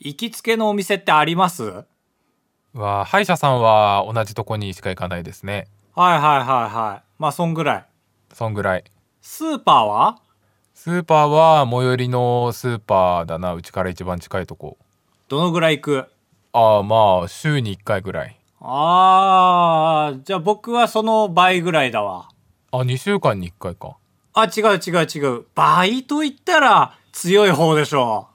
行きつけのお店ってありますはいは歯医者さんは同じとこにしか行かないですねはいはいはい。まあ、そんぐらい。そんぐらいスーパーはスーパーは最寄りのスーパーだなうちから一番近いとこどのぐらい行くああまあ週に1回ぐらいあー、じゃあ僕はその倍ぐらいだわ。あ2週間に1回かあ、違う違う違う。倍と言ったら強い方でしょ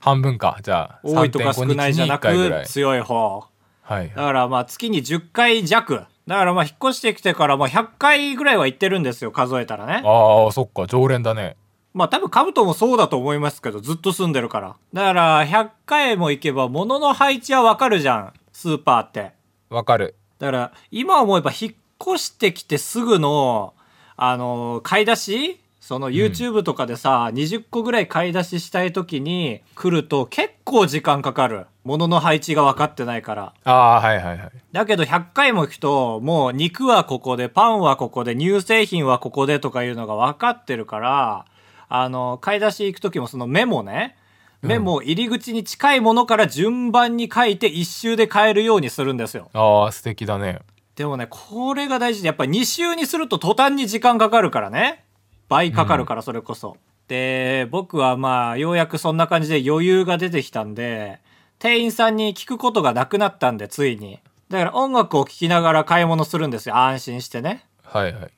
半分かじゃあう。多いとか少3.5日ないじゃにな1回ぐらくい強い方。はいだからまあ月に10回弱。だからまあ引っ越してきてからもう100回ぐらいは行ってるんですよ、数えたらね。ああそっか常連だねまあ多分カブトもそうだと思いますけど、ずっと住んでるから。だから100回も行けば物の配置はわかるじゃん、スーパーって。わかるだから今思えば引っ越してきてすぐの、あのー買い出しその YouTube とかでさ、20個ぐらい買い出ししたい時に来ると結構時間かかる。物の配置が分かってないから。ああーはいはいはいだけど100回も行くと、もう肉はここで、パンはここで、乳製品はここでとかいうのが分かってるから、あの、買い出し行く時もそのメモね、メモを入り口に近いものから順番に書いて一周で買えるようにするんですよ。ああ素敵だねでもね、これが大事で、やっぱり2周にすると途端に時間かかるからね。倍かかるから、それこそ。で、僕はまあ、ようやくそんな感じで余裕が出てきたんで、店員さんに聞くことがなくなったんで、ついに。だから音楽を聴きながら買い物するんですよ。安心してね。はいはい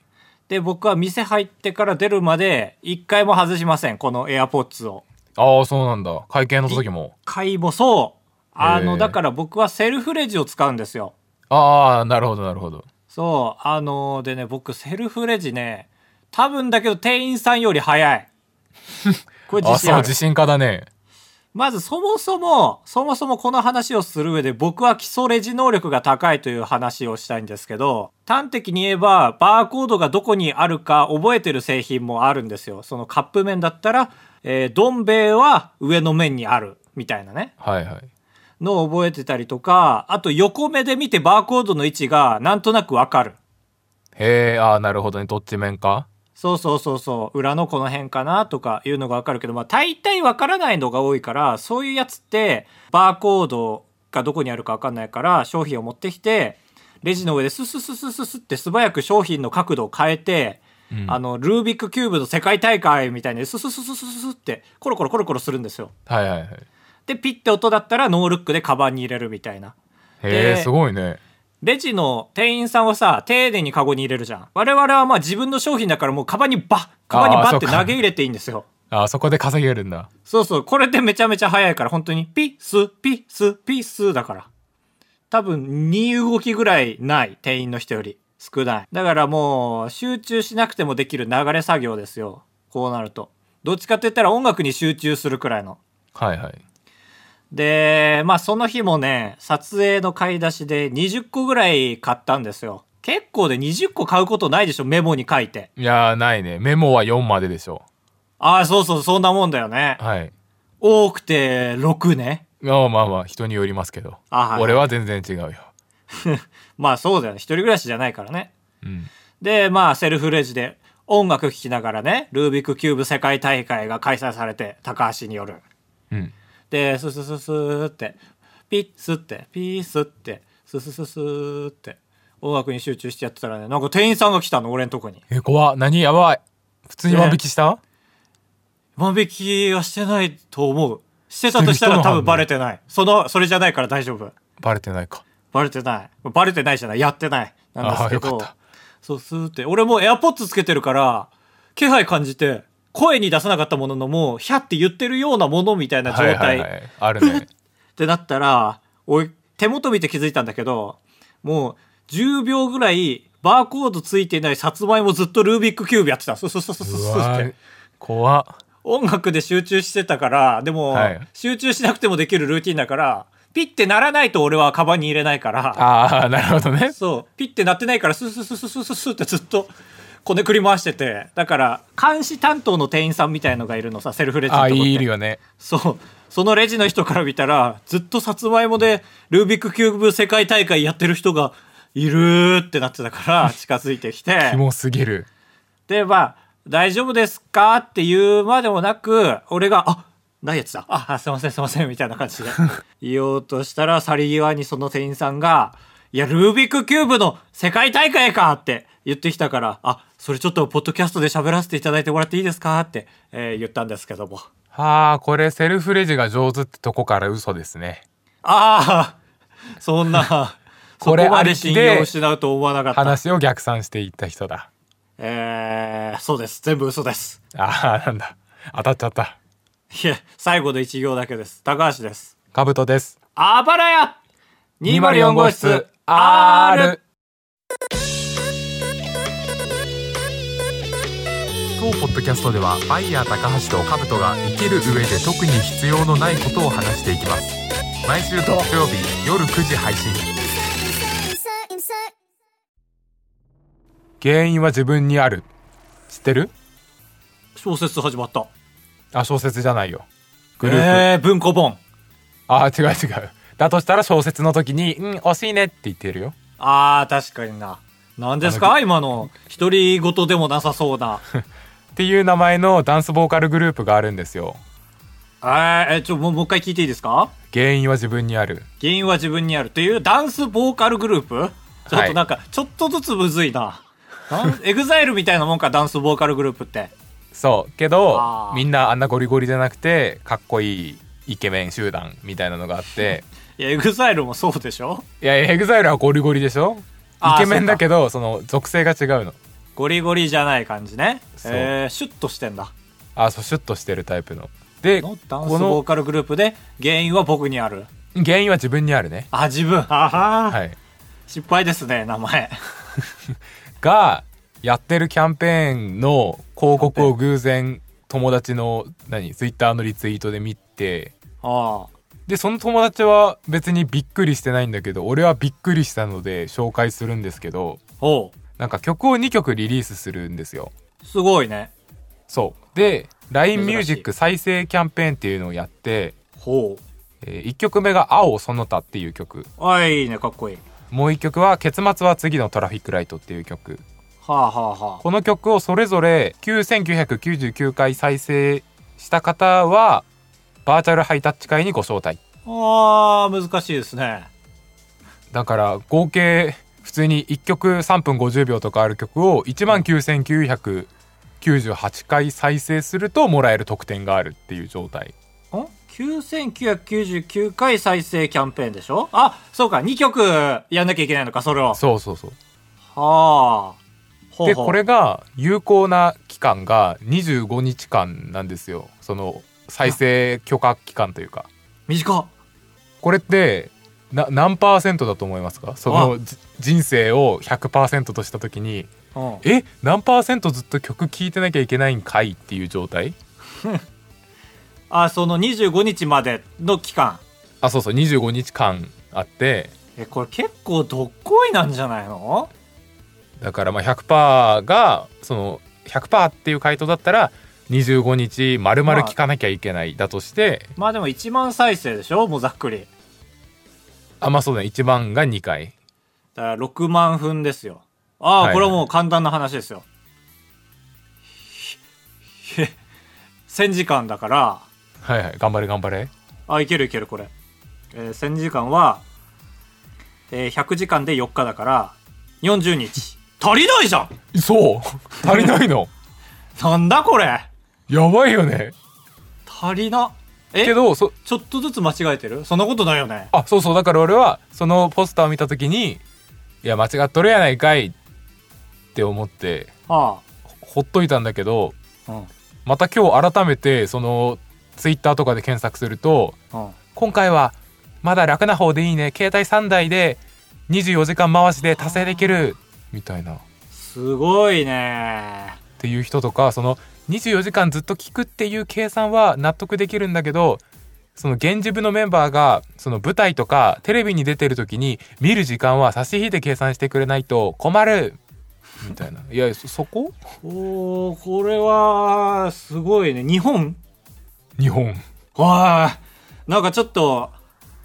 で、僕は店入ってから出るまで、一回も外しません。この AirPods を。ああそうなんだ会計の時も買いもそう。あへの、えだから僕はセルフレジを使うんですよ。ああなるほどなるほどそう、あのーでね、僕、セルフレジね、多分だけど店員さんより早 い。これあ自信そうある自。信家だねまずそもそも、そもそもこの話をする上で僕は基礎レジ能力が高いという話をしたいんですけど、端的に言えば、バーコードがどこにあるか覚えてる製品もあるんですよ。そのカップ麺だったら、えー、どん兵衛は上の面にある、みたいなね。はいはいのを覚えてたりとか、あと横目で見てバーコードの位置がなんとなくわかる。へえああなるほどねどっち面かそうそうそうそう、裏のこの辺かなとかいうのがわかるけど、まあ大体わからないのが多いから、そういうやつって、バーコードがどこにあるかわかんないから、商品を持ってきて、レジの上でススススススって素早く商品の角度を変えて、うんあの、ルービックキューブの世界大会みたいにスススススススってコロコロコロコロするんですよ。はいはいはいで、ピッて音だったらノールックでカバンに入れるみたいな。へえですごいねレジの店員さんはさ、丁寧にカゴに入れるじゃん。我々はまあ自分の商品だからもうカバンにバッ、カバンにバあーッってそうか投げ入れていいんですよ。あそこで稼げるんだそうそう、これでめちゃめちゃ早いから、本当にピッス、ピッス、ピッスだから。多分、2動きぐらいない、店員の人より。少ない。だからもう、集中しなくてもできる流れ作業ですよ。こうなると。どっちかって言ったら音楽に集中するくらいの。はいはいで、まあその日もね、撮影の買い出しで20個ぐらい買ったんですよ。結構で20個買うことないでしょ、メモに書いて。いやーないねメモは4まででしょああ、そうそう、そんなもんだよね。はい多くて6ね。まあまあまあ人によりますけどあはい俺は全然違うよまあそうだよね。一人暮らしじゃないからね。うんで、まあセルフレジで音楽聴きながらね、ルービックキューブ世界大会が開催されて、高橋による。うんで、ススススーって、ピッスって、ピースって、ススススーって、音楽に集中してやってたらね、なんか店員さんが来たの、俺んとこに。え怖っ何やばい普通に万引きした、万引きはしてないと思う。してたとしたら多分バレてない。その、それじゃないから大丈夫。バレてないかバレてない。バレてないじゃない。やってない。なんですけあーよどかった。そう、スーって。俺もエアポッツつけてるから、気配感じて、声に出さなかったもののもう、ひゃって言ってるようなものみたいな状態。はいはいはいあるねってなったら、俺、手元見て気づいたんだけど、もう、10秒ぐらい、バーコードついてないさつまいもずっとルービックキューブやってた。そうそう そうそううそうっわてー。怖っ音楽で集中してたから、でも、はい集中しなくてもできるルーティンだから、ピッてならないと俺はカバンに入れないから、ああなるほどねそう、ピッてなってないから、スースースースースースースーってずっと、こねくり回してて、だから、監視担当の店員さんみたいのがいるのさ、セルフレジのとあこっあて。いるよねそう。そのレジの人から見たら、ずっとさつまいもでルービックキューブ世界大会やってる人がいるーってなってたから、近づいてきて キ。モすぎるで、まあ、大丈夫ですかっていうまでもなく、俺が、あダイエットだああすいませんすいませんみたいな感 じで言おうとしたら去り際にその店員さんが「いやルービックキューブの世界大会か!」って言ってきたから「あそれちょっとポッドキャストで喋らせていただいてもらっていいですか?」って、えー言ったんですけどもはあこれセルフレジが上手ってとこから嘘ですねああそんな これそこまあでりき信で用失うと思わなかった話を逆算していった人だえー、そうです全部嘘ですああなんだ当たっちゃったいえ最後の一行だけです高橋ですカブトですあばらや204号室 R 当ポッドキャストではバイヤー高橋とカブトが生きる上で特に必要のないことを話していきます毎週土曜日夜9時配信 insert, insert. 原因は自分にある知ってる小説始まったあ小説じゃないよグループ、えー、文庫本あ違う違うだとしたら小説の時に「うん惜しいね」って言ってるよあー確かにな何ですか今の独り言でもなさそう なっていう名前のダンスボーカルグループがあるんですよえー、えちょもうもう一回聞いていいですか原因は自分にある原因は自分にあるというダンスボーカルグループちょっとなんか、ちょっとずつむずいな。なん エグザイルみたいなもんか、ダンスボーカルグループって。そうけあどーみんなあんなゴリゴリじゃなくてかっこいいイケメン集団みたいなのが あっていや、エグザイルもそうでしょいやエグザイルはゴリゴリでしょあーイケメンだけどその属性が違うのゴリゴリじゃない感じね。そうえー、シュッとしてんだ。あそうシュッとしてるタイプのでのこダンスボーのカルグループで、原因は僕にある。原因は自分にあるねあ、自分。はは、はい失敗ですね、名前。 がやってるキャンペーンの広告を偶然友達の何ツイッターのリツイートで見てああ。でその友達は別にびっくりしてないんだけど俺はびっくりしたので紹介するんですけどおう。なんか曲を2曲リリースするんですよすごいね。そうで LINE ミュー珍しジいック再生キャンペーンっていうのをやって、ほう。え1曲目が「青その他」っていう曲あ、いいね、かっこいい。もう1曲は「結末は次のトラフィックライト」っていう曲はあはあはあ。この曲をそれぞれ9999回再生した方はバーチャルハイタッチ会にご招待あー、難しいですね。だから合計普通に1曲3分50秒とかある曲を1万9998回再生するともらえる得点があるっていう状態ん9999回再生キャンペーンでしょあそうか2曲やんなきゃいけないのかそれをそうそうそうはあほうでほうこれが有効な期間が25日間なんですよその再生許可期間というか短っこれってな何パーセントだと思いますかそのじ人生を100%とした時にうんえ何パーセントずっと曲聴いてなきゃいけないんかいっていう状態あその25日までの期間あそうそう25日間あってえこれ結構どっこいなんじゃないのだからまあ100%がその100%っていう回答だったら25日まるまる聴かなきゃいけないだとして、まあでも1万再生でしょもうざっくりあ、まあそうだね1番が2回だから6万分ですよあはあいこれはもう簡単な話ですよ、へへ1000時間だからはいはい頑張れ頑張れあ、いけるいける、これ。えー、1000時間は、えー、100時間で4日だから、40日。足りないじゃんそう 足りないのなんだこれやばいよね足りな。えけどそちょっとずつ間違えてるそんなことないよね。あそうそうだから俺はそのポスターを見た時にいや間違っとるやないかいって思ってはほっといたんだけどあ。うん。また今日改めてそのツイッターとかで検索するとうん。今回はまだ楽な方でいいね携帯3台で24時間回しで達成できるみたいなっすごいね。ていう人とかその24時間ずっと聞くっていう計算は納得できるんだけどその現地部のメンバーがその舞台とかテレビに出てる時に見る時間は差し引いて計算してくれないと困るみたいないやそそこおー、これは、すごいね。日本日本。わー。なんかちょっと、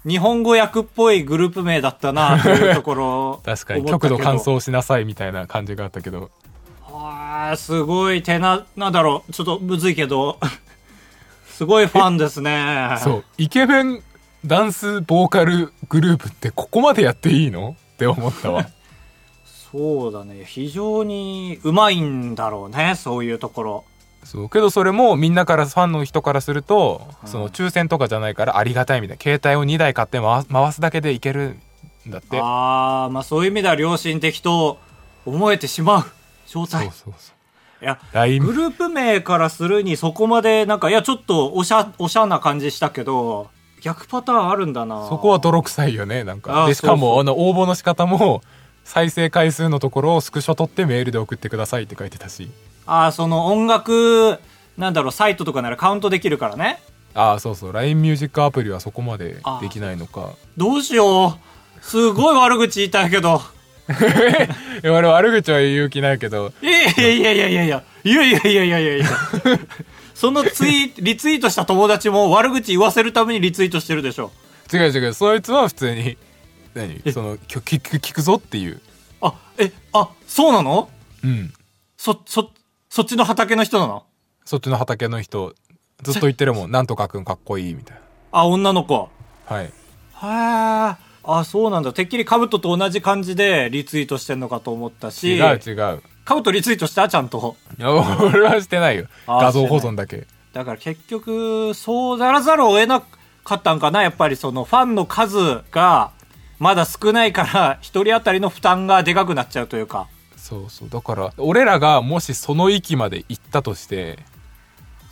日本語訳っぽいグループ名だったな、というところ 確かに思った極けど度乾燥しなさいみたいな感じがあったけどあーすごい手な、なんだろう、ちょっとむずいけど、 すごいファンですね。そうイケメンダンスボーカルグループってここまでやっていいのって思ったわそうだね。非常にうまいんだろうね。そういうところ。そうけどそれもみんなからファンの人からすると、うんその抽選とかじゃないからありがたいみたいな携帯を2台買って回す回すだけでいけるんだってああ、まあそういう意味では良心的と思えてしまう。正そう体。そうそういや、 LINE グループ名からするにそこまでなんか、いや、ちょっとおしゃ、おしゃな感じしたけど、逆パターンあるんだな。そこは泥臭いよねなんあかーでしかそうそもあの応募の仕方も再生回数のところをスクショ取ってメールで送ってくださいって書いてたしああ、その音楽、なんだろう、サイトとかならカウントできるからね。ああそうそう LINE ミュージックアプリはそこまであーできないのかどうしよう。すごい悪口言いたいけど。いや俺悪口は言う気ないけどいやいやいやいやいやいやいやいやいやいや いやそのツイリツイートした友達も悪口言わせるためにリツイートしてるでしょ違う違うそいつは普通に何そのきょ聞く聞くぞっていうあえあそうなのうんそそそっちの畑の人なのそっちの畑の人ずっと言って るもんなんとかくんかっこいいみたいなあ女の子はいはああそうなんだてっきりカブトと同じ感じでリツイートしてんのかと思ったし違う違うカブトリツイートしたちゃんといや俺はしてないよあー画像保存だけだから結局そうならざるを得なかったんかなやっぱりそのファンの数がまだ少ないから一人当たりの負担がでかくなっちゃうというかそうそうだから俺らがもしその域まで行ったとして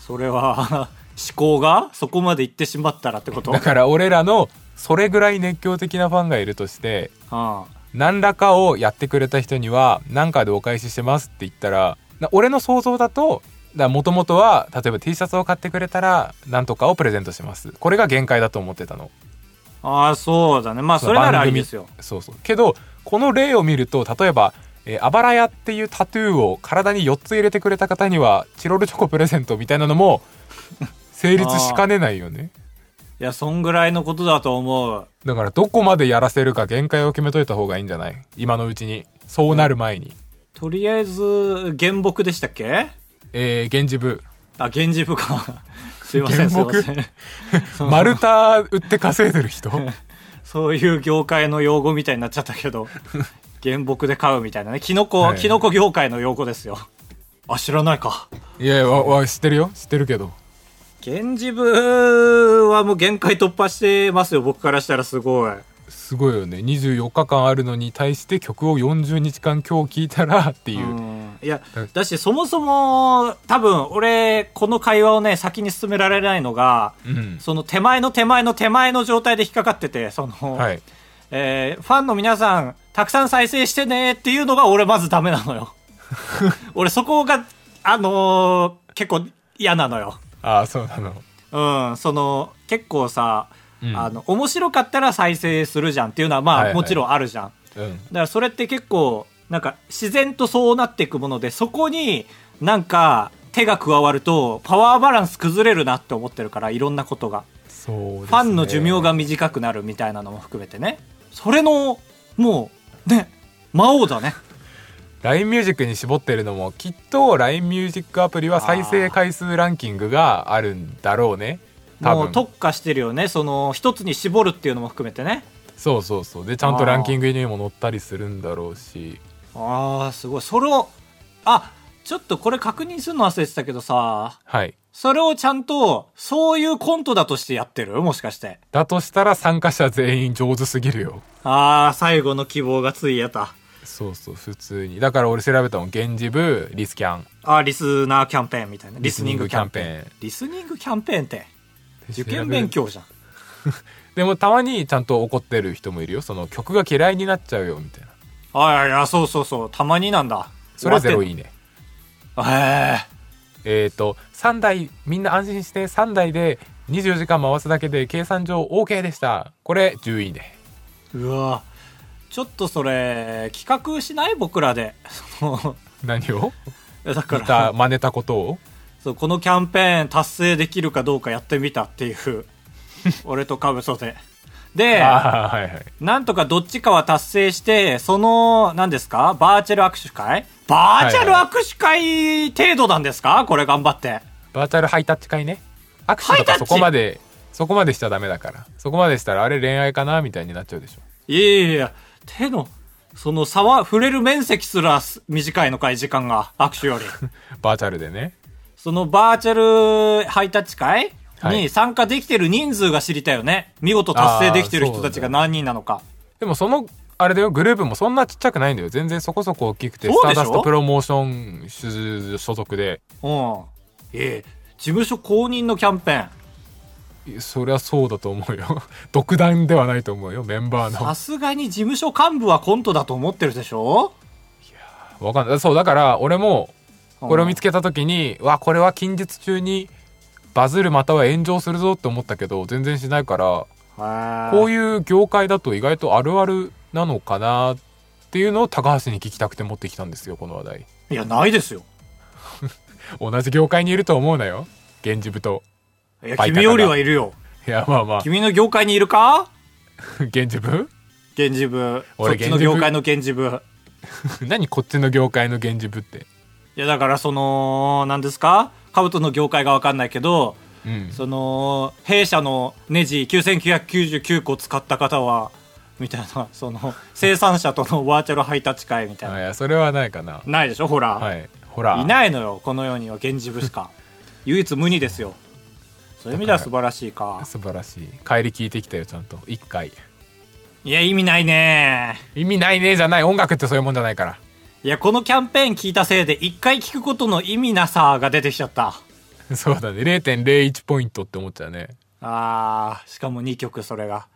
それは 思考がそこまで行ってしまったらってことだから俺らのそれぐらい熱狂的なファンがいるとしてうん何らかをやってくれた人には何かでお返ししてますって言ったらな俺の想像だともともとは例えば T シャツを買ってくれたら何とかをプレゼントしますこれが限界だと思ってたのああそうだねまあそれならありですよそうそうけどこの例を見ると例えばえーあばらやっていうタトゥーを体に4つ入れてくれた方にはチロルチョコプレゼントみたいなの も成立しかねないよねいやそんぐらいのことだと思うだからどこまでやらせるか限界を決めといた方がいいんじゃない今のうちにそうなる前に、とりあえず原木でしたっけえー、源氏部あ源氏部か すいませんすい原ま木せんそう丸太売って稼いで る人そういう業界の用語みたいになっちゃったけ ど、原木で買うみたいなね。キノコ、はいキノコ業界の用語ですよ。あ、知らないか。いやいやわわ知ってるよ知ってるけど源氏部はもう限界突破してますよ、僕からしたらすごい。すごいよね24日間あるのに対して曲を40日間今日聴いたらっていうう、んいやうん、だし、そもそも、多分、俺、この会話をね、先に進められないのが、うんその手前の手前の手前の状態で引っかかってて、その、はいえーファンの皆さん、たくさん再生してねっていうのが俺まずダメなの よ。俺そこが、あのー結構嫌なのよ。ああそうなのうん、その、結構さ、うんあの、面白かったら再生するじゃんっていうのはまあ、はいはいもちろんあるじゃん。だうんからそれって結構、なんか自然とそうなっていくもので、そこになんか手が加わるとパワーバランス崩れるなって思ってるから、いろんなことが。そうですねファンの寿命が短くなるみたいなのも含めてね。それの、もう、ね、魔王だね。 LINE ミュージックに絞ってるのもきっと LINE ミュージックアプリは再生回数ランキングがあるんだろうね多も分う特化してるよね。その、一つに絞るっていうのも含めてね。そうそうそうでちゃんとランキングにも載ったりするんだろうしああ、すごい。それを、あ、ちょっとこれ確認するの忘れてたけどさ、はいそれをちゃんと、そういうコントだとしてやってるもしかして。だとしたら参加者全員上手すぎるよああ、最後の希望がついやった。そうそう普通にだから俺調べたもん「源氏部リスキャンあーリスナーキャンペーンみたいな。リリススニニンンググキキャャンンペペーーンン。リスニングキャンペーンって、」受験調べ勉る強じゃん。でもたまにちゃんと怒ってる人もいるよその曲が嫌いになっちゃうよみたいなあいやいや、そうそうそう。たまになんだ。それはゼロ終いいねわってんの。へえ。えっ、と3台みんな安心して3台で24時間回すだけで計算上 OK でしたこれ10位ねうわちょっとそれ企画しない僕らで その何をだか似たら真似たことをそうこのキャンペーン達成できるかどうかやってみたっていう 俺とカブソででああはいはいなんとかどっちかは達成してその何ですかバーチャル握手会バーチャル握手会程度なんですか、これ頑張ってバーチャルハイタッチ会ね握手とハイタッかチそこまでそこまでしちゃダメだからそこまでしたらあれ恋愛かなみたいになっちゃうでしょいやいやいや、手の、その差は、触れる面積すらす短いのかい、時間が、握手より。バーチャルでねそのバーチャルハイタッチ会はいに参加できてる人数が知りたいよね。見事達成できてる人たちが何人なのか。でもそのあれだよグループもそんなちっちゃくないんだよ全然そこそこ大きくてそうスタでしょーダストプロモーション所属でうん。ええ事務所公認のキャンペーン。そりゃそうだと思うよ 独断ではないと思うよメンバーのさすがに事務所幹部はコントだと思ってるでしょわかんないそうだから俺もうんこれを見つけた時に、わこれは近日中にバズるまたは炎上するぞって思ったけど全然しないからこういう。いう業界だと意外とあるあるなのかなっていうのを高橋に聞きたくて持ってきたんですよこの話題いや、ないですよ。同じ業界にいると思うなよ源氏部といや、バイタカが君よりはいるよ。いやま あまあ君の業界にいるか源氏部 源氏部。そっ俺ちの源氏部業界の源氏部。何こっちの業界の源氏部っていや、だからその、何ですかカブトの業界がわかんないけど、うんその弊社のネジ9999個使った方はみたいなその生産者と のバーチャルハイタッチ会みたいな、あいやそれはないかなないでしょほら、はいほらい、ないのよこの世には源氏部し か唯一無二ですよそういう意味では素晴らしいか素晴らしい帰り聞いてきたよちゃんと一回いや意味ないね意味ないねじゃない音楽ってそういうもんじゃないから いやこのキャンペーン聞いたせいで一回聞くことの意味なさが出てきちゃったそうだね0.01ポイントって思っちゃうねあーしかも2曲それが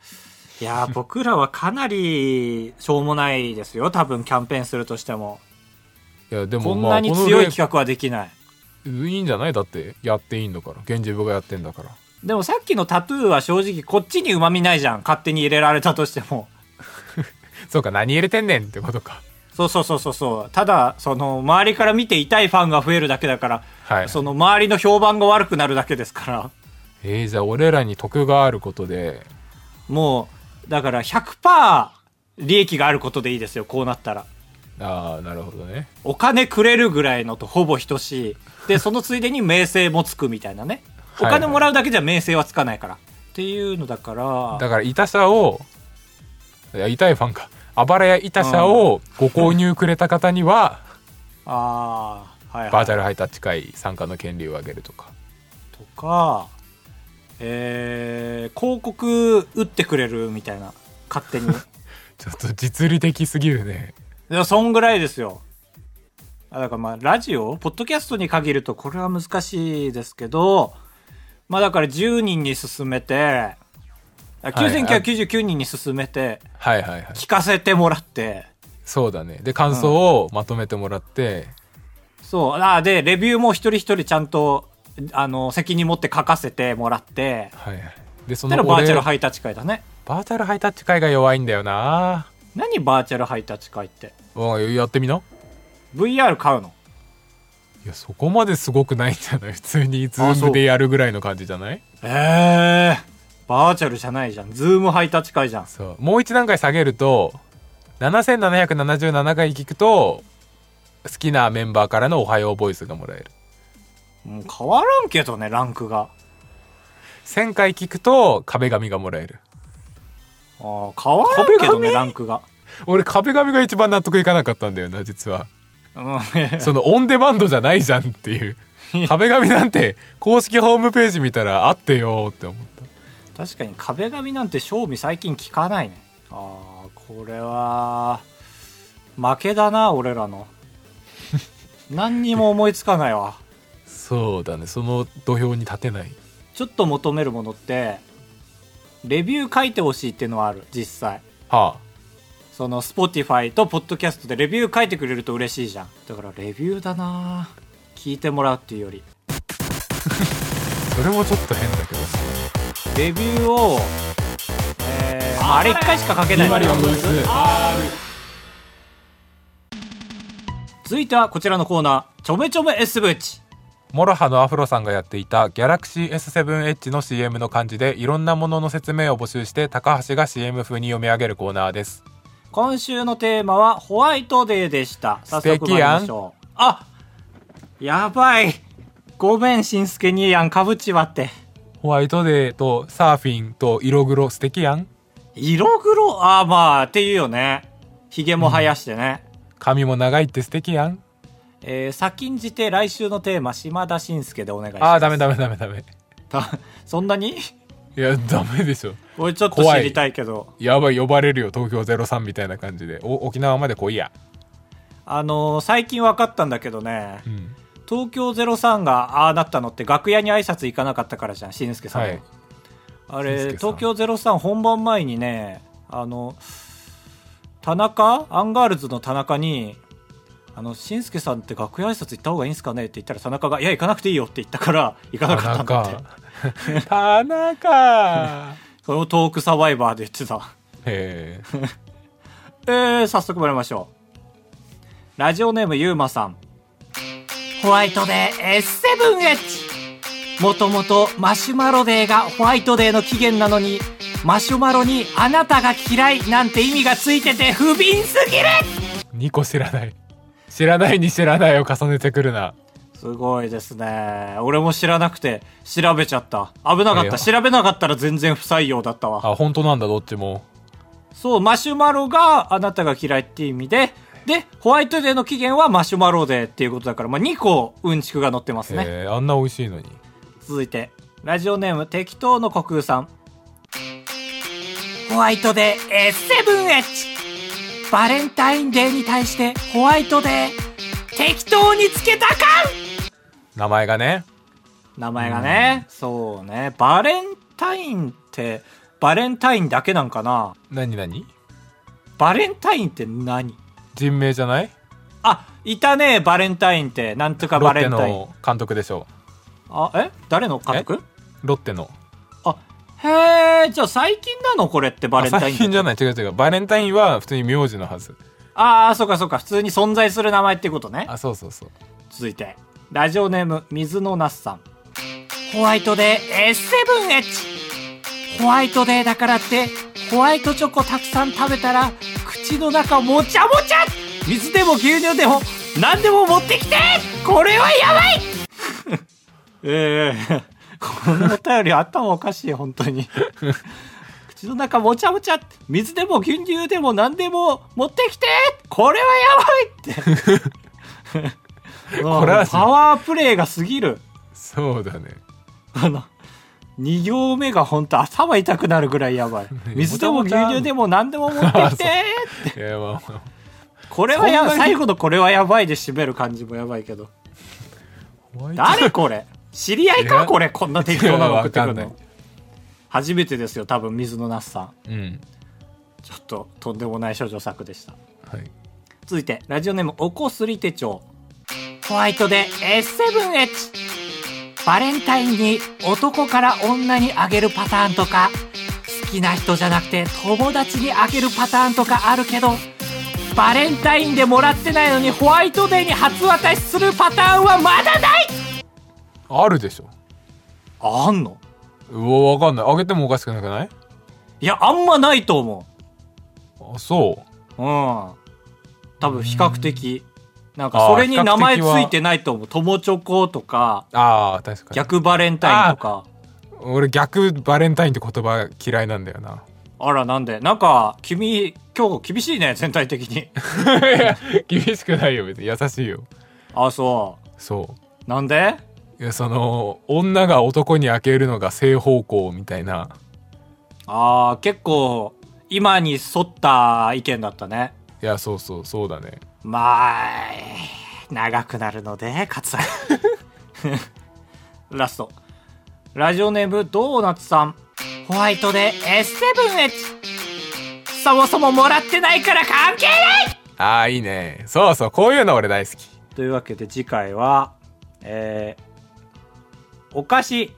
いやー僕らはかなりしょうもないですよ多分キャンペーンするとしてもいやでもこんまなあにこの強い企画はできない。例いいんじゃないだってやっていいんだから源氏部がやってんだからでもさっきのタトゥーは正直こっちに旨味ないじゃん。勝手に入れられたとしても。そうか何入れてんねんってことかそうそうそうそうそう。ただ、その、周りから見て痛いファンが増えるだけだから、はいその周りの評判が悪くなるだけですから。えー、じゃあ俺らに得があることでもう、だから100%利益があることでいいですよ。こうなったら。ああなるほどねお金くれるぐらいのとほぼ等しい。 で、そのついでに名声もつくみたいなね。おはいは金いもらうだけじゃ名声はつかないから。っていうのだから。だから痛さをいや痛いファンかあばらや痛さをご購入くれた方にはああ、はい、はい。バーチャルハイタッチ会参加の権利をあげるとかとか、えー広告打ってくれるみたいな勝 手にいちょっと実利的すぎるねやそんぐらいですよあだからまあラジオポッドキャストに限るとこれは難しいですけどまあだから10人に勧めてあはいはい9999人に勧めてはいはいはい聞かせてもらってそうだねで感想をまとめてもらって、そうあでレビューも一人一人ちゃんとあの責任持って書かせてもらってはいはいでそそしたのらバーチャル俺ハイタッチ会だねバーチャルハイタッチ会が弱いんだよな何バーチャルハイタッチ会っておいやってみな VR 買うのいやそこまですごくないんじゃない 普通にズーそムうでやるぐらいの感じじゃないええバーチャルじゃないじゃん。ズームハイタッチ会じゃん。そうもう一段階下げると7777回聞くと好きなメンバーからの「おはようボイス」がもらえるもう変わらんけどね、ランクが。 1000回聞くと壁紙がもらえるあー変わらんけどね、ランクが。俺壁紙が一番納得いかなかったんだよな実はうん、 そのオンデマンドじゃないじゃんっていう壁紙なんて公式ホームページ見たらあってよーって思った確かに壁紙なんて賞味最近聞かないね。ああ、これは、負けだな、俺らの。何にも思いつかないわ。そうだねその土俵に立てないちょっと求めるものって、レビュー書いてほしいっていうのはある、実際。はその Spotify と Podcast でレビュー書いてくれると嬉しいじゃんだからレビューだな聞いてもらうっていうよりあそれもちょっと変だけどレビューをえー、あれ1回しか書けない続いてはこちらのコーナーちょめちょめ S ブチモロハのアフロさんがやっていたギャラクシー S7H の CM の漢字でいろんなものの説明を募集して高橋が CM 風に読み上げるコーナーです今週のテーマはホワイトデーでした早速参りましょうあやばいごめんしんすけにやんかぶっちまってホワイトデーとサーフィンと色黒素敵やん色黒ああまあっていうよねひげも生やしてね、髪も長いって素敵やんえー先んじて来週のテーマ島田紳介でお願いしますああーダメダメダメダメたそんなに いやダメでしょ俺ちょっと知りたいけどやばい呼ばれるよ東京03みたいな感じでお沖縄まで来いやあのー最近分かったんだけどねうん東京03がああなったのって楽屋に挨拶行かなかったからじゃん紳助さんも、はいあ紳れ助さん東京03本番前にねあの田中アンガールズの田中に「あの紳助さんって楽屋挨拶行った方がいいんすかね?」って言ったら田中が「いや行かなくていいよ」って言ったから行かなかったんだって 田中それをトークサバイバーで言ってたへええー、早速参りましょうラジオネームゆうまさんホワイトデー S7H もともとマシュマロデーがホワイトデーの起源なのにマシュマロにあなたが嫌いなんて意味がついてて不憫すぎる2個知らない知らないに知らないを重ねてくるなすごいですね俺も知らなくて調べちゃった危なかいっいたよ調べなかったら全然不採用だったわあ本当なんだどっちもそう、マシュマロがあなたが嫌いっていう意味で、で、ホワイトデーの起源はマシュマロデーっていうことだから、まあ、2個うんちくが載ってますね。へえあんな美味しいのに続いて、ラジオネーム適当の虚空さん。ホワイトデー S7H! バレンタインデーに対してホワイトデー、適当につけたか名前がね名前がね、そうね。バレンタインって、バレンタインだけなんかな何何バレンタインって何人名じゃないあ、いたね、バレンタインって。なんとかロバッレテンタイン。の監督でしょあ、え誰の家族うロッテのあ、へえ、じゃあ最近なのこれってバレンタイン最近じゃないない違う違うバレンタインは普通に名字のはずああ、そうかそうか。普通に存在する名前ってことね。あそうそうそう続いて。ラジオネーム、水のなすさん。ホワイトデー S7H。ホワイトデーだからって、ホワイトチョコたくさん食べたら、口の中もちゃもちゃ水でも牛乳でも、何でも持ってきてこれはや ばいええこのお便り頭おかしい、本当に。口の中もちゃもちゃ水でも牛乳でも何でも持ってきてこれはやばい って。もうこれはパワープレイが過ぎる。そうだねあの、2行目が本当頭痛くなるぐらいや ばい。水でも牛乳でも何でも持ってきていやまあまあこれはやばそい。んなに最後のこれはやばいで締める感じもやばいけど。ホワイト誰こ れ知り合いいかやこれこんな適当なの送ってくるいやわのかんな。初めてですよ、多分水のなすさん。うんちょっととんでもない少女作でした。はい続いてラジオネームおこすり手帳ホワイトで S7H バレンタインに男から女にあげるパターンとか好きな人じゃなくて友達にあげるパターンとかあるけどバレンタインでもらってないのにホワイトデーに初渡しするパターンはまだないあるでしょあんのうわわかんないあげてもおかしくなくないいやあんまないと思あそうううん多分比較的なんかそれに名前ついてないと思う友チョコとかああ確かに逆バレンタインとか俺逆バレンタインって言葉嫌いなんだよな あら、なんでなんか、君、今日厳しいね、全体的に。いや厳しくないよ別に優しいよあ、そ。そうなんでういやその女が男に開けるのが正方向みたいなああ、結構、今に沿った意見だったね。いやそうそうそうだねまあ、長くなるので、勝さん。ラスト。ラジオネーム、ドーナツさん。ホワイトで S7H。そもそももらってないから関係ないああいいねそうそうこういうの俺大好きというわけで次回は、えー、お菓子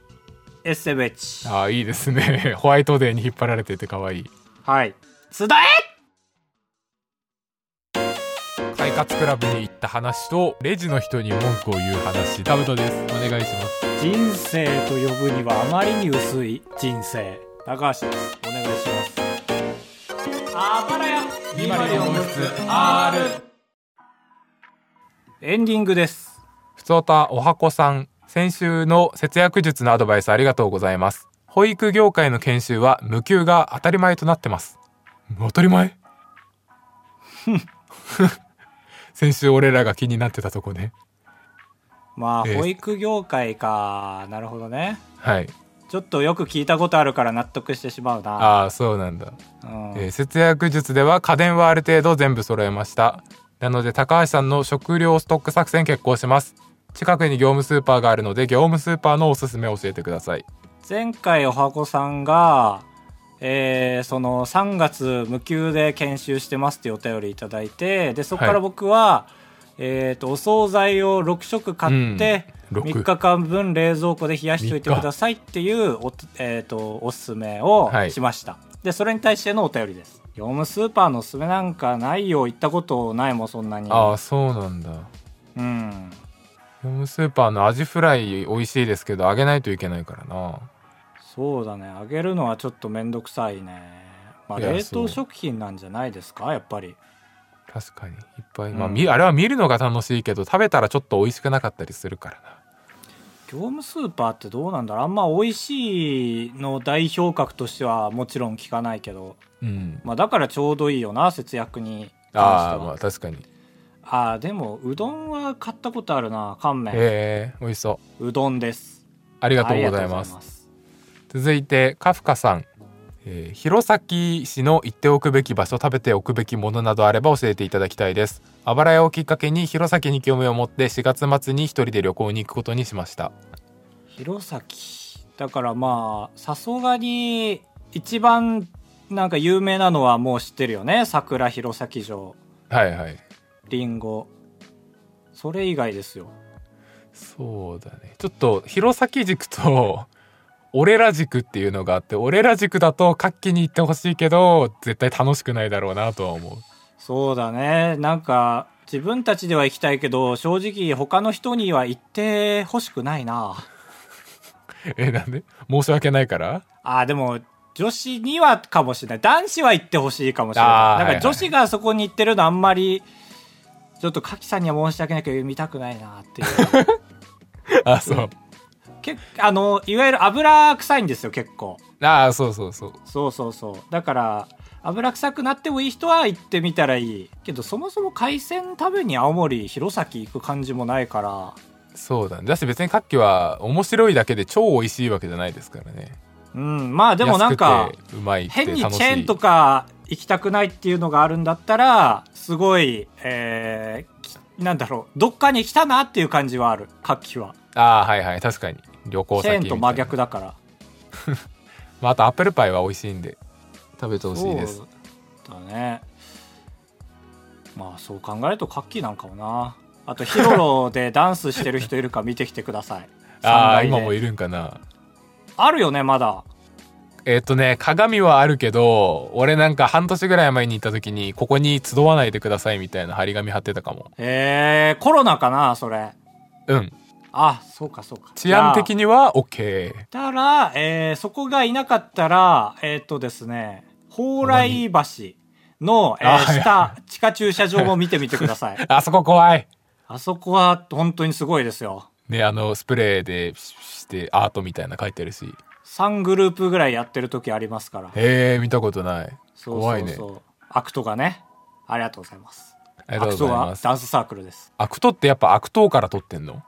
S7H。ああいいですね ホワイトデーに引っ張られてて可愛いはい。津田へ快活クラブに行った話とレジの人に文句を言う話タブトですお願いします人生と呼ぶにはあまりに薄い人生。高橋です。お願いします。あばらやエンディングです。ふつおたおはこさん先週の節約術のアドバイスありがとうございます。保育業界の研修は無給が当たり前となってます。当たり前先週俺らが気になってたとこね。まあえー保育業界かなるほどねはい。ちょっとよく聞いたことあるから納得してしまうなああ、そうなんだ。うんえー節約術では家電はある程度全部揃えましたなので高橋さんの食料ストック作戦決行します近くに業務スーパーがあるので業務スーパーのおすすめを教えてください前回おはこさんが、えーその3月無給で研修してますっていうお便りいただいてでそこかはらい僕は、えー、とお惣菜を6食買って、うん六3日間分冷蔵庫で冷やしておいてくださいっていうお,、えー、とおすすめをはいしました、でそれに対してのお便りです業務スーパーのおすすめなんかないよ行ったことないもんそんなにああそうなんだ業うん務スーパーのアジフライ美味しいですけど揚げないといけないからなそうだね揚げるのはちょっとめんどくさいね、まあ、いや冷そう凍食品なんじゃないですかやっぱり確かにいっぱい、まあうんみあれは見るのが楽しいけど食べたらちょっと美味しくなかったりするからな業務スーパーってどうなんだろうあんま美味しいの代表格としてはもちろん聞かないけど、うんまあ、だからちょうどいいよな節約に関ああしてまはあ確かにあーでもうどんは買ったことあるな乾麺ええ美味しそううどんですありがあとうりごがざいますす続いてカフカさん、えー弘前市の行っておくべき場所食べておくべきものなどあれば教えていただきたいですあばら屋をきっかけに弘前に興味を持って4月末に一人で旅行に行くことにしました弘前だからまあさそがに一番なんか有名なのはもう知ってるよね桜弘前城はいはいリンゴそれ以外ですよそうだねちょっと弘前軸と 俺ら軸っていうのがあって俺ら軸だと活気に行ってほしいけど絶対楽しくないだろうなとは思う そうだねなんか自分たちでは行きたいけど正直他の人には行ってほしくないなえなんで申し訳ない からあでも女子にはかもしれない男子は行ってほしいかもしれあなーいなんはいかはい女子がそこに行ってるのあんまりちょっとカキさんには申し訳ないけど見たくないなっていう あそうけあのいわゆる油臭いんですよ結構ああそうそうそうそうそうそうだから油臭くなってもいい人は行ってみたらいいけどそもそも海鮮食べに青森弘前行く感じもないからそうだね。だし別にカッキは面白いだけで超美味しいわけじゃないですからね。うんまあでもなんか安くてうまいって変楽しいにチェーンとか行きたくないっていうのがあるんだったらすごいえーきなんだろうどっかに来たなっていう感じはある活気はああはいはい確かに旅行チ先みェーたいンなと真逆だからまあ、あとアップルパイは美味しいんで食べてほしいですそうだねまあそう考えると活気なんかもなあとヒロロでダンスしてる人いるか見てきてください 三ああ階で今もいるんかなあるよねまだえっ、とね鏡はあるけど俺なんか半年ぐらい前に行った時にここに集わないでくださいみたいな張り紙貼ってたかもえー、コロナかなそれうんあそうかそうか治安的にには OK たら、えーそこがいなかったらえーっとですね蓬莱橋の、えーあはい下地下駐車場も見てみてくださ いあそこ怖いあそこは本当にすごいですよねあのスプレーでシュッシュッしてアートみたいな書いてあるし3グループぐらいやってる時ありますからへえ見たことないそう怖いそうねそう、アクトがねありがとうございますありがとうございアまクすトはダンスサークルです悪党ってやっぱ悪党から取ってんの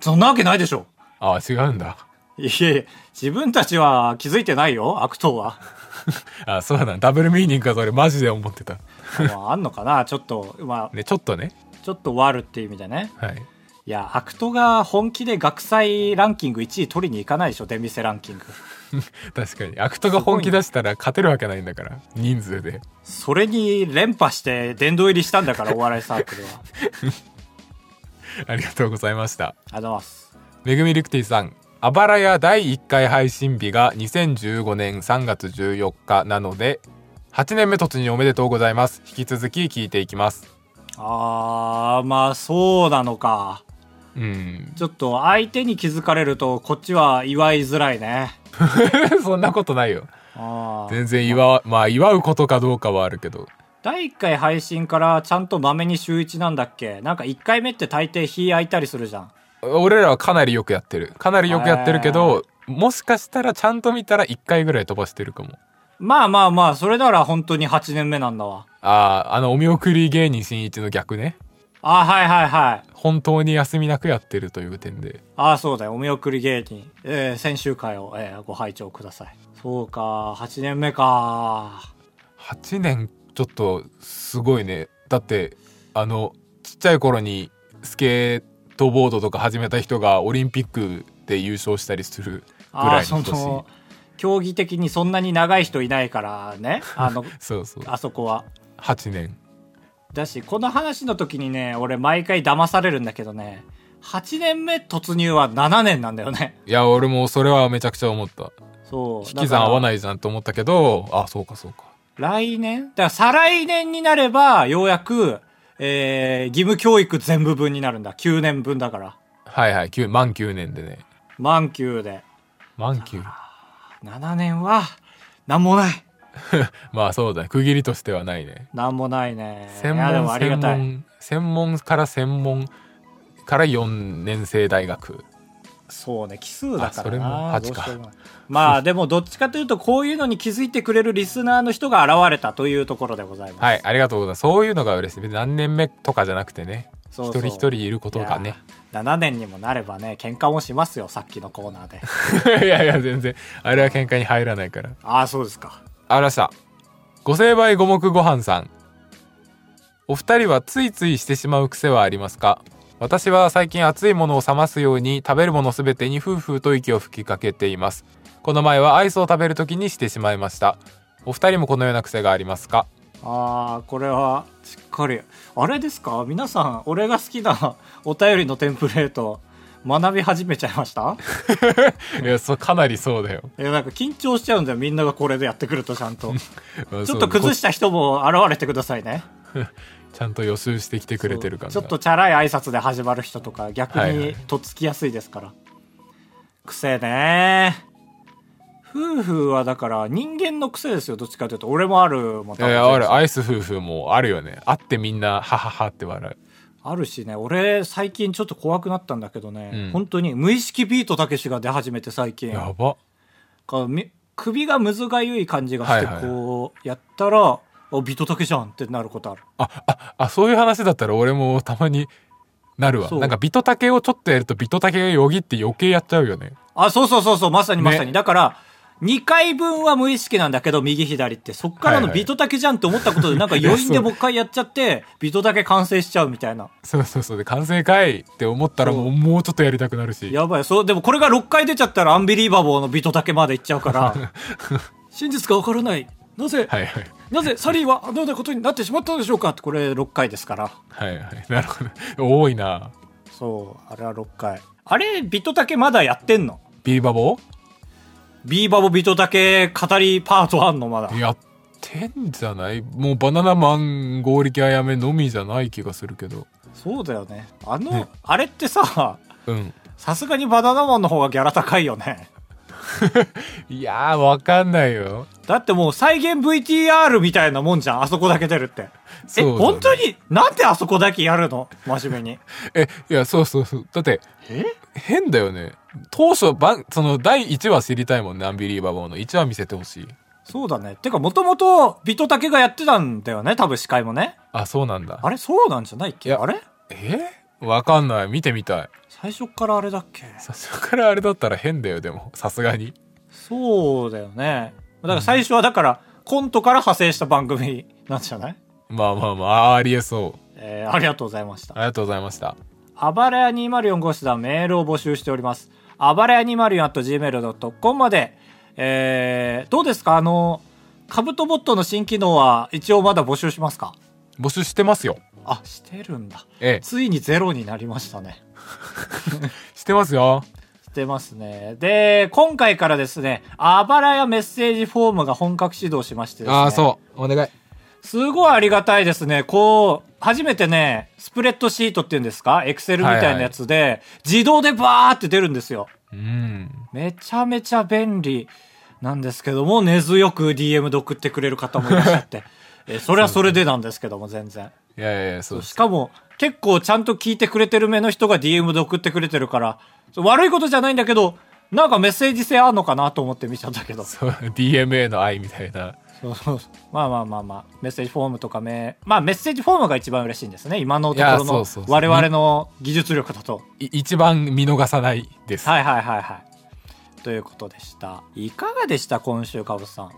そんなわけないでしょああ違うんだいえいえ自分たちは気づいてないよアクトはああそうなんダブルミーニングかそれマジで思ってたまああん のかなちょっとまあねちょっとねちょっと割るっていう意味でねはいいやアクトが本気で学祭ランキング1位取りに行かないでしょ出店ランキング確かに悪党が本気出したら勝てるわけないんだから人数でそれに連覇して殿堂入りしたんだからお笑いサークルはありがとうございましたありがとうございますめぐみりくてぃさんあばらや第1回配信日が2015年3月14日なので8年目突入おめでとうございます引き続き聞いていきますあーまあそうなのかうんちょっと相手に気づかれるとこっちは祝いづらいね そんなことないよあー全然祝わまあ祝うことかどうかはあるけど第1回配信からちゃんとまめに週1なんだっけなんか1回目って大抵日空いたりするじゃん俺らはかなりよくやってるかなりよくやってるけへどもしかしたらちゃんと見たら1回ぐらい飛ばしてるかもまあまあまあ、それなら本当に8年目なんだわ。あああのお見送り芸人しんいちの逆ねあ、はいはいはい。本当に休みなくやってるという点でああ、そうだよ。お見送り芸人。えー、先週会を、えーご拝聴ください。そうか、8年目か。 8年ちょっとすごいねだってあのちっちゃい頃にスケートボードとか始めた人がオリンピックで優勝したりするぐあらあ、いその年の、競技的にそんなに長い人いないから ね。あの、そうそうあそこは。 8年だし、この話の時にね、俺毎回騙されるんだけどね、8年目突入は7年なんだよね。いや俺もそれはめちゃくちゃ思ったそう。引き算合わい。ないじゃんと思ったけどあそうかそうか来年だから再来年になれば、ようやく、えー、義務教育全部分になるんだ。9年分だから。はいはい9満9年でね満9で。満9 7年は、なんもない。まあそうだ区切りとしてはないねなんもないね。専いや、で門もありがた専い。門専門から専門から4年生大学そうね、奇数だかあそられな。も8かどうしようもないまあ、でもどっちかというと、こういうのに気づいてくれるリスナーの人が現れたというところでございます。はいありがとうございますそういうのが嬉しい別に何年目とかじゃなくてねそう一そう人一人いることがねいや7年にもなればね喧嘩もしますよさっきのコーナ ーでいやいや全然あれは喧嘩に入らないからああそうですかあらしたご成敗五目ご飯さんお二人はついついしてしまう癖はありますか私は最近熱いものを冷ますように食べるものすべてにふうふうと息を吹きかけていますこの前はアイスを食べる時にしてしまいましたお二人もこのような癖があります かああこれはしっかりあれですか皆さん俺が好きな お便りのテンプレート学び始めちゃいました いやそかなりそうだよいやなんか緊張しちゃうんだよみんながこれでやってくるとちゃんとちちょっと崩した人も現れてくださいねちゃんと予習してきてくれてる感そじうちょっとチャラい挨拶で始まる人とか逆はいはにいとっつきやすいですから、癖ね夫婦はだから人間の癖ですよどっちかというと俺もあるもんいやいやあるアイス夫婦もあるよね会ってみんなハハハって笑あるしね俺最近ちょっと怖くなったんだけどね、うん本当に無意識ビートたけしが出始めて最う近やばかみ首がむずがゆい感じがしてはいはいはいこうやったら、あビートたけじゃんってなることあるあああそういう話だったら俺もたまになるわそうなんかビトタケをちょっとやるとビトタケがよぎって余計やっちゃうよねあそうそうそうそうまさにまさに、ねだから2回分は無意識なんだけど右左ってそっからのはいはいビートだけじゃんって思ったことでなんか余韻でもう一回やっちゃってビートだけ完成しちゃうみたいなそうそうそうで完成かいって思ったらもそううもうちょっとやりたくなるしやばいそうでもこれが6回出ちゃったらアンビリーバボーのビートだけまでいっちゃうから 真実がわからないなぜ、はいはいなぜサリーはあのようなことになってしまったのでしょうかってこれ6回ですからはいはいなるほど多いなそうあれは6回あれビートだけまだやってんのビリバボビーバボビートだけ語りパートあんのまだやってんじゃないもうバナナマン合力あやめのみじゃない気がするけどそうだよねあの、ねあれってさうんさすがにバナナマンの方がギャラ高いよね。いやーわかんないよだってもう再現 VTR みたいなもんじゃん、あそこだけ出るって。そうえ、だね本当になんであそこだけやるの真面目に。えいやそうそうそうだって変だよね当初ばんその第1話知りたいもんねアンビリーバボーの1話見せてほしいそうだね。てか、もともと、ビトタケがやってたんだよね、多分司会もね。あそうなんだあれそうなんじゃないっいけやあれえわかんない見てみたい最初っからあれだっけさすがからあれだったら変だよでもさすがにそうだよね。だから最初はだから、コントから派生した番組 なんじゃないまあまあまあありえそうえー、ありがとうございましたあ。りがとうございましたあばらや204号室ではメールを募集しております。あばらや 204.gmail.com まで、えー、どうですかあの、カブトボットの新機能は一応まだ募集しますか募集してますよあ、してるんだ。ええついにゼロになりましたね。してますよしてますね。で、今回からですね、あばらやメッセージフォームが本格始動しましてですね。ああそうお願いすごいありがたいですね。こう、初めてね、スプレッドシートっていうんですかエクセルみたいなやつで、自動でバーって出るんですよ。うんめちゃめち ゃ便利なんですけども、根強く DM で送ってくれる方もいらっしゃって。えそれはそれでなんですけども、全然。いやいやいや、そうですし。かも、結構ちゃんと聞いてくれてる目の人が DM で送ってくれてるから、そう悪いことじゃないんだけど、なんかメッセージ性あんのかなと思って見ちゃったけど。そう DMA の愛みたいな。そうそうそう まあまあまあまあメッセージフォームとかめまあメッセージフォームが一番嬉しいんですね今のとこいろやそうのそうそう我々の技術力だとい一番見逃さないです。はいはいはいはいということでしたいかがでした今週かぶさん、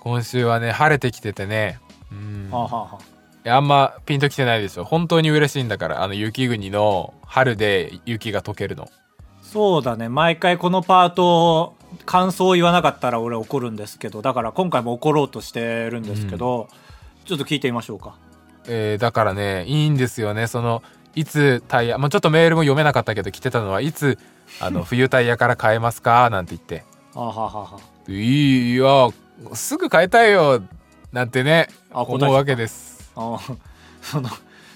今週はね、晴れてきててね。うん。はあはあはあいやあんまピンときてないでしょ。本当に嬉しいんだから。あの、雪国の春で雪が溶けるの。そうだね毎回このパート感想を言わなかったら俺怒るんですけどだから今回も怒ろうとしてるんですけど、ちょっと聞いてみましょうかえーだからねいいんですよねそのいつタイヤ、まあ、ちょっとメールも読めなかったけど来てたのはいつ あの冬タイヤから変えますかなんて言ってあはあはあはあ「いいよすぐ変えたいよ」なんてねあ思答えうわけです。あー その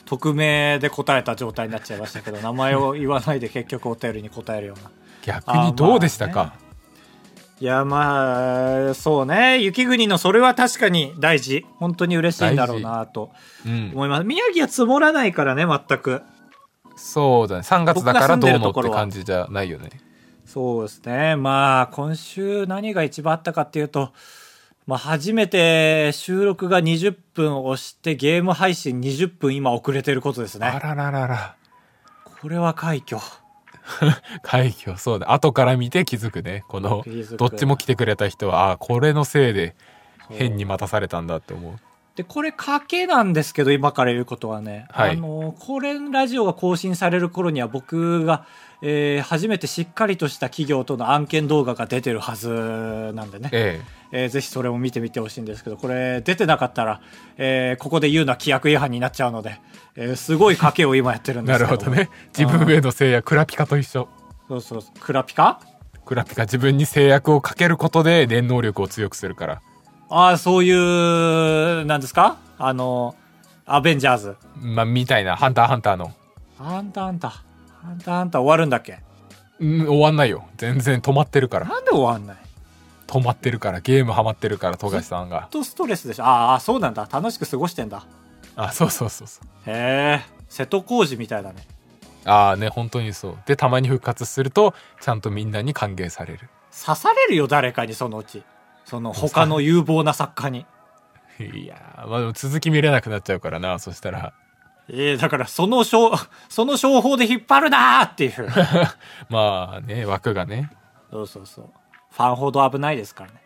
匿名で答えた状態になっちゃいましたけど名前を言わないで結局お便りに答えるような逆にどうでしたあまか、いやまあそうね雪国のそれは確かに大事本当に嬉しいんだろうなとうん、思います宮城は積もらないからね全くそうだね3月だからどうの僕が住んでるっとこてろは感じじゃないよね。そうですねまあ今週何が一番あったかっていうと、まあ、初めて収録が20分押してゲーム配信20分今遅れてることですあねららららこれは快挙快挙そうだ後から見て気づくねこの気づくどっちも来てくれた人はああこれのせいで変に待たされたんだって思う。で、これ賭けなんですけど、今から言うことはね。はいあの、これラジオが更新される頃には僕が、えー初めてしっかりとした企業との案件動画が出てるはずなんでね。えええーぜひそれも見てみてほしいんですけど、これ出てなかったら、えーここで言うのは規約違反になっちゃうので、えーすごい賭けを今やってるんで なすけるど。ほどね。自分への制約、クラピカと一緒。そうそうそう。クラピカクラピカ自分に制約をかけることで念能力を強くするから。ああ、そういう、なんですかあの、アベンジャーズ。まあ、みたいな、ハンターハンターの。あんたあんた、あんたあんた終わるんだっけうん、終わんないよ。全然止まってるから。なんで終わんない止まってるから。ゲームハマってるから、富樫さんがずっ。とストレスでしょああそうなんだ楽しく過ごしてんだあ、そうそうそうそう。へえ瀬戸康史みたいだねああね、本当にそう。で、たまに復活すると、ちゃんとみんなに歓迎される。刺されるよ誰かにそのうちその他の有望な作家にいやー、まあでも続き見れなくなっちゃうからな、そしたら。ええだからその商その商法で引っ張るなーっていうまあね、枠がね。そうそうそうファンほど危ないですからね